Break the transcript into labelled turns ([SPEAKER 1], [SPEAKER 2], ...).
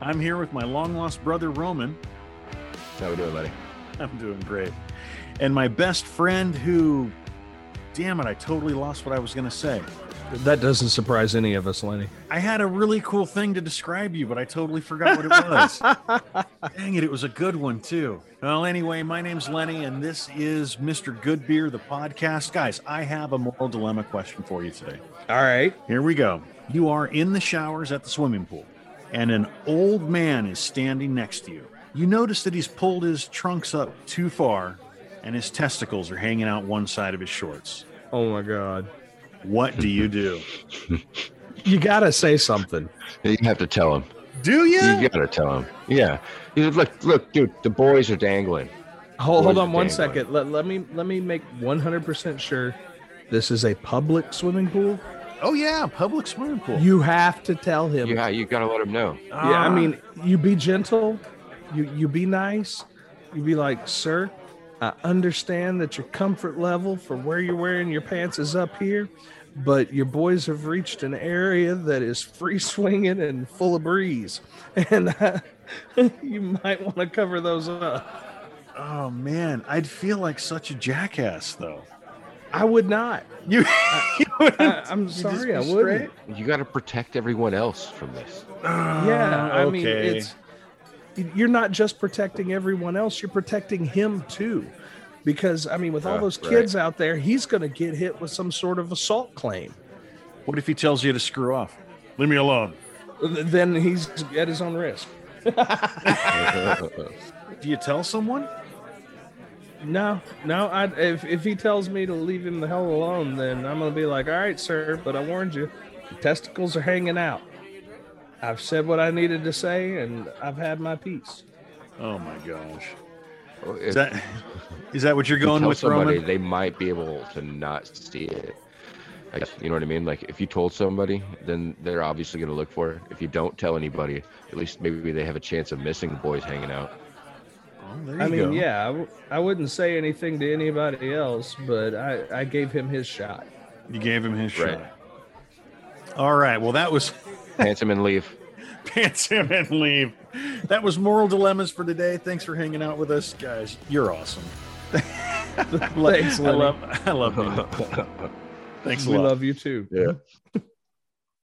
[SPEAKER 1] I'm here with my long lost brother, Roman.
[SPEAKER 2] How we doing, buddy?
[SPEAKER 1] I'm doing great. And my best friend, who, damn it, I totally lost what I was going to say.
[SPEAKER 3] That doesn't surprise any of us, Lenny.
[SPEAKER 1] I had a really cool thing to describe you, but I totally forgot what it was. Dang it, it was a good one, too. Well, anyway, my name's Lenny, and this is Mr. Good Beer, the podcast. Guys, I have a moral dilemma question for you today.
[SPEAKER 3] All right.
[SPEAKER 1] Here we go. You are in the showers at the swimming pool, and an old man is standing next to you. You notice that he's pulled his trunks up too far, and his testicles are hanging out one side of his shorts.
[SPEAKER 3] Oh my God.
[SPEAKER 1] What do you do?
[SPEAKER 3] You gotta say something.
[SPEAKER 2] You have to tell him.
[SPEAKER 1] do
[SPEAKER 2] You gotta tell him. Yeah. You said, look, look, dude, the boys are dangling.
[SPEAKER 3] Hold, hold
[SPEAKER 2] Boys
[SPEAKER 3] on one
[SPEAKER 2] dangling.
[SPEAKER 3] second. Let, let me let me make one hundred percent sure this is a public swimming pool.
[SPEAKER 1] Oh yeah, public swimming pool.
[SPEAKER 3] You have to tell him.
[SPEAKER 2] Yeah, you gotta let them know.
[SPEAKER 3] Yeah,
[SPEAKER 1] Ah.
[SPEAKER 3] I mean, you be gentle, you you be nice, you be like, sir, I understand that your comfort level for where you're wearing your pants is up here, but your boys have reached an area that is free swinging and full of breeze, and uh, you might want to cover those up.
[SPEAKER 1] oh man, I'd feel like such a jackass though.
[SPEAKER 3] I would not.
[SPEAKER 1] You, you wouldn't-
[SPEAKER 3] I, I'm
[SPEAKER 1] just
[SPEAKER 3] sorry, I
[SPEAKER 1] be
[SPEAKER 3] wouldn't.
[SPEAKER 2] You gotta protect everyone else from this.
[SPEAKER 3] Yeah,
[SPEAKER 1] Ah,
[SPEAKER 3] I mean, it's you're not just protecting everyone else; you're protecting him too, because I mean, with all
[SPEAKER 2] Yeah,
[SPEAKER 3] those
[SPEAKER 2] right.
[SPEAKER 3] kids out there, he's going to get hit with some sort of assault claim.
[SPEAKER 1] What if he tells you to screw off? Leave me alone.
[SPEAKER 3] Th- Then he's at his own risk.
[SPEAKER 1] Do you tell someone?
[SPEAKER 3] No, no. I, if if he tells me to leave him the hell alone, then I'm going to be like, "All right, sir, but I warned you, the testicles are hanging out. I've said what I needed to say, and I've had my piece."
[SPEAKER 1] Oh my gosh,
[SPEAKER 2] if
[SPEAKER 1] is that is that what you're
[SPEAKER 2] you
[SPEAKER 1] going
[SPEAKER 2] tell
[SPEAKER 1] with,
[SPEAKER 2] somebody,
[SPEAKER 1] Roman?
[SPEAKER 2] they might be able to not see it. I guess, you know what I mean? Like, if you told somebody, then they're obviously gonna look for it. If you don't tell anybody, at least maybe they have a chance of missing the boys hanging out.
[SPEAKER 1] Oh, there you
[SPEAKER 3] I mean,
[SPEAKER 1] go.
[SPEAKER 3] yeah, I, w- I wouldn't say anything to anybody else, but I, I gave him his shot.
[SPEAKER 1] you gave him his
[SPEAKER 2] Right.
[SPEAKER 1] shot. All right, well that was
[SPEAKER 2] Handsome and leave.
[SPEAKER 1] pants him and leave. That was moral dilemmas for today. Thanks for hanging out with us, guys. You're awesome.
[SPEAKER 3] Thanks,
[SPEAKER 1] I
[SPEAKER 3] Lenny.
[SPEAKER 1] love I love you. Thanks a
[SPEAKER 3] we
[SPEAKER 1] lot.
[SPEAKER 3] love you too.
[SPEAKER 2] Yeah.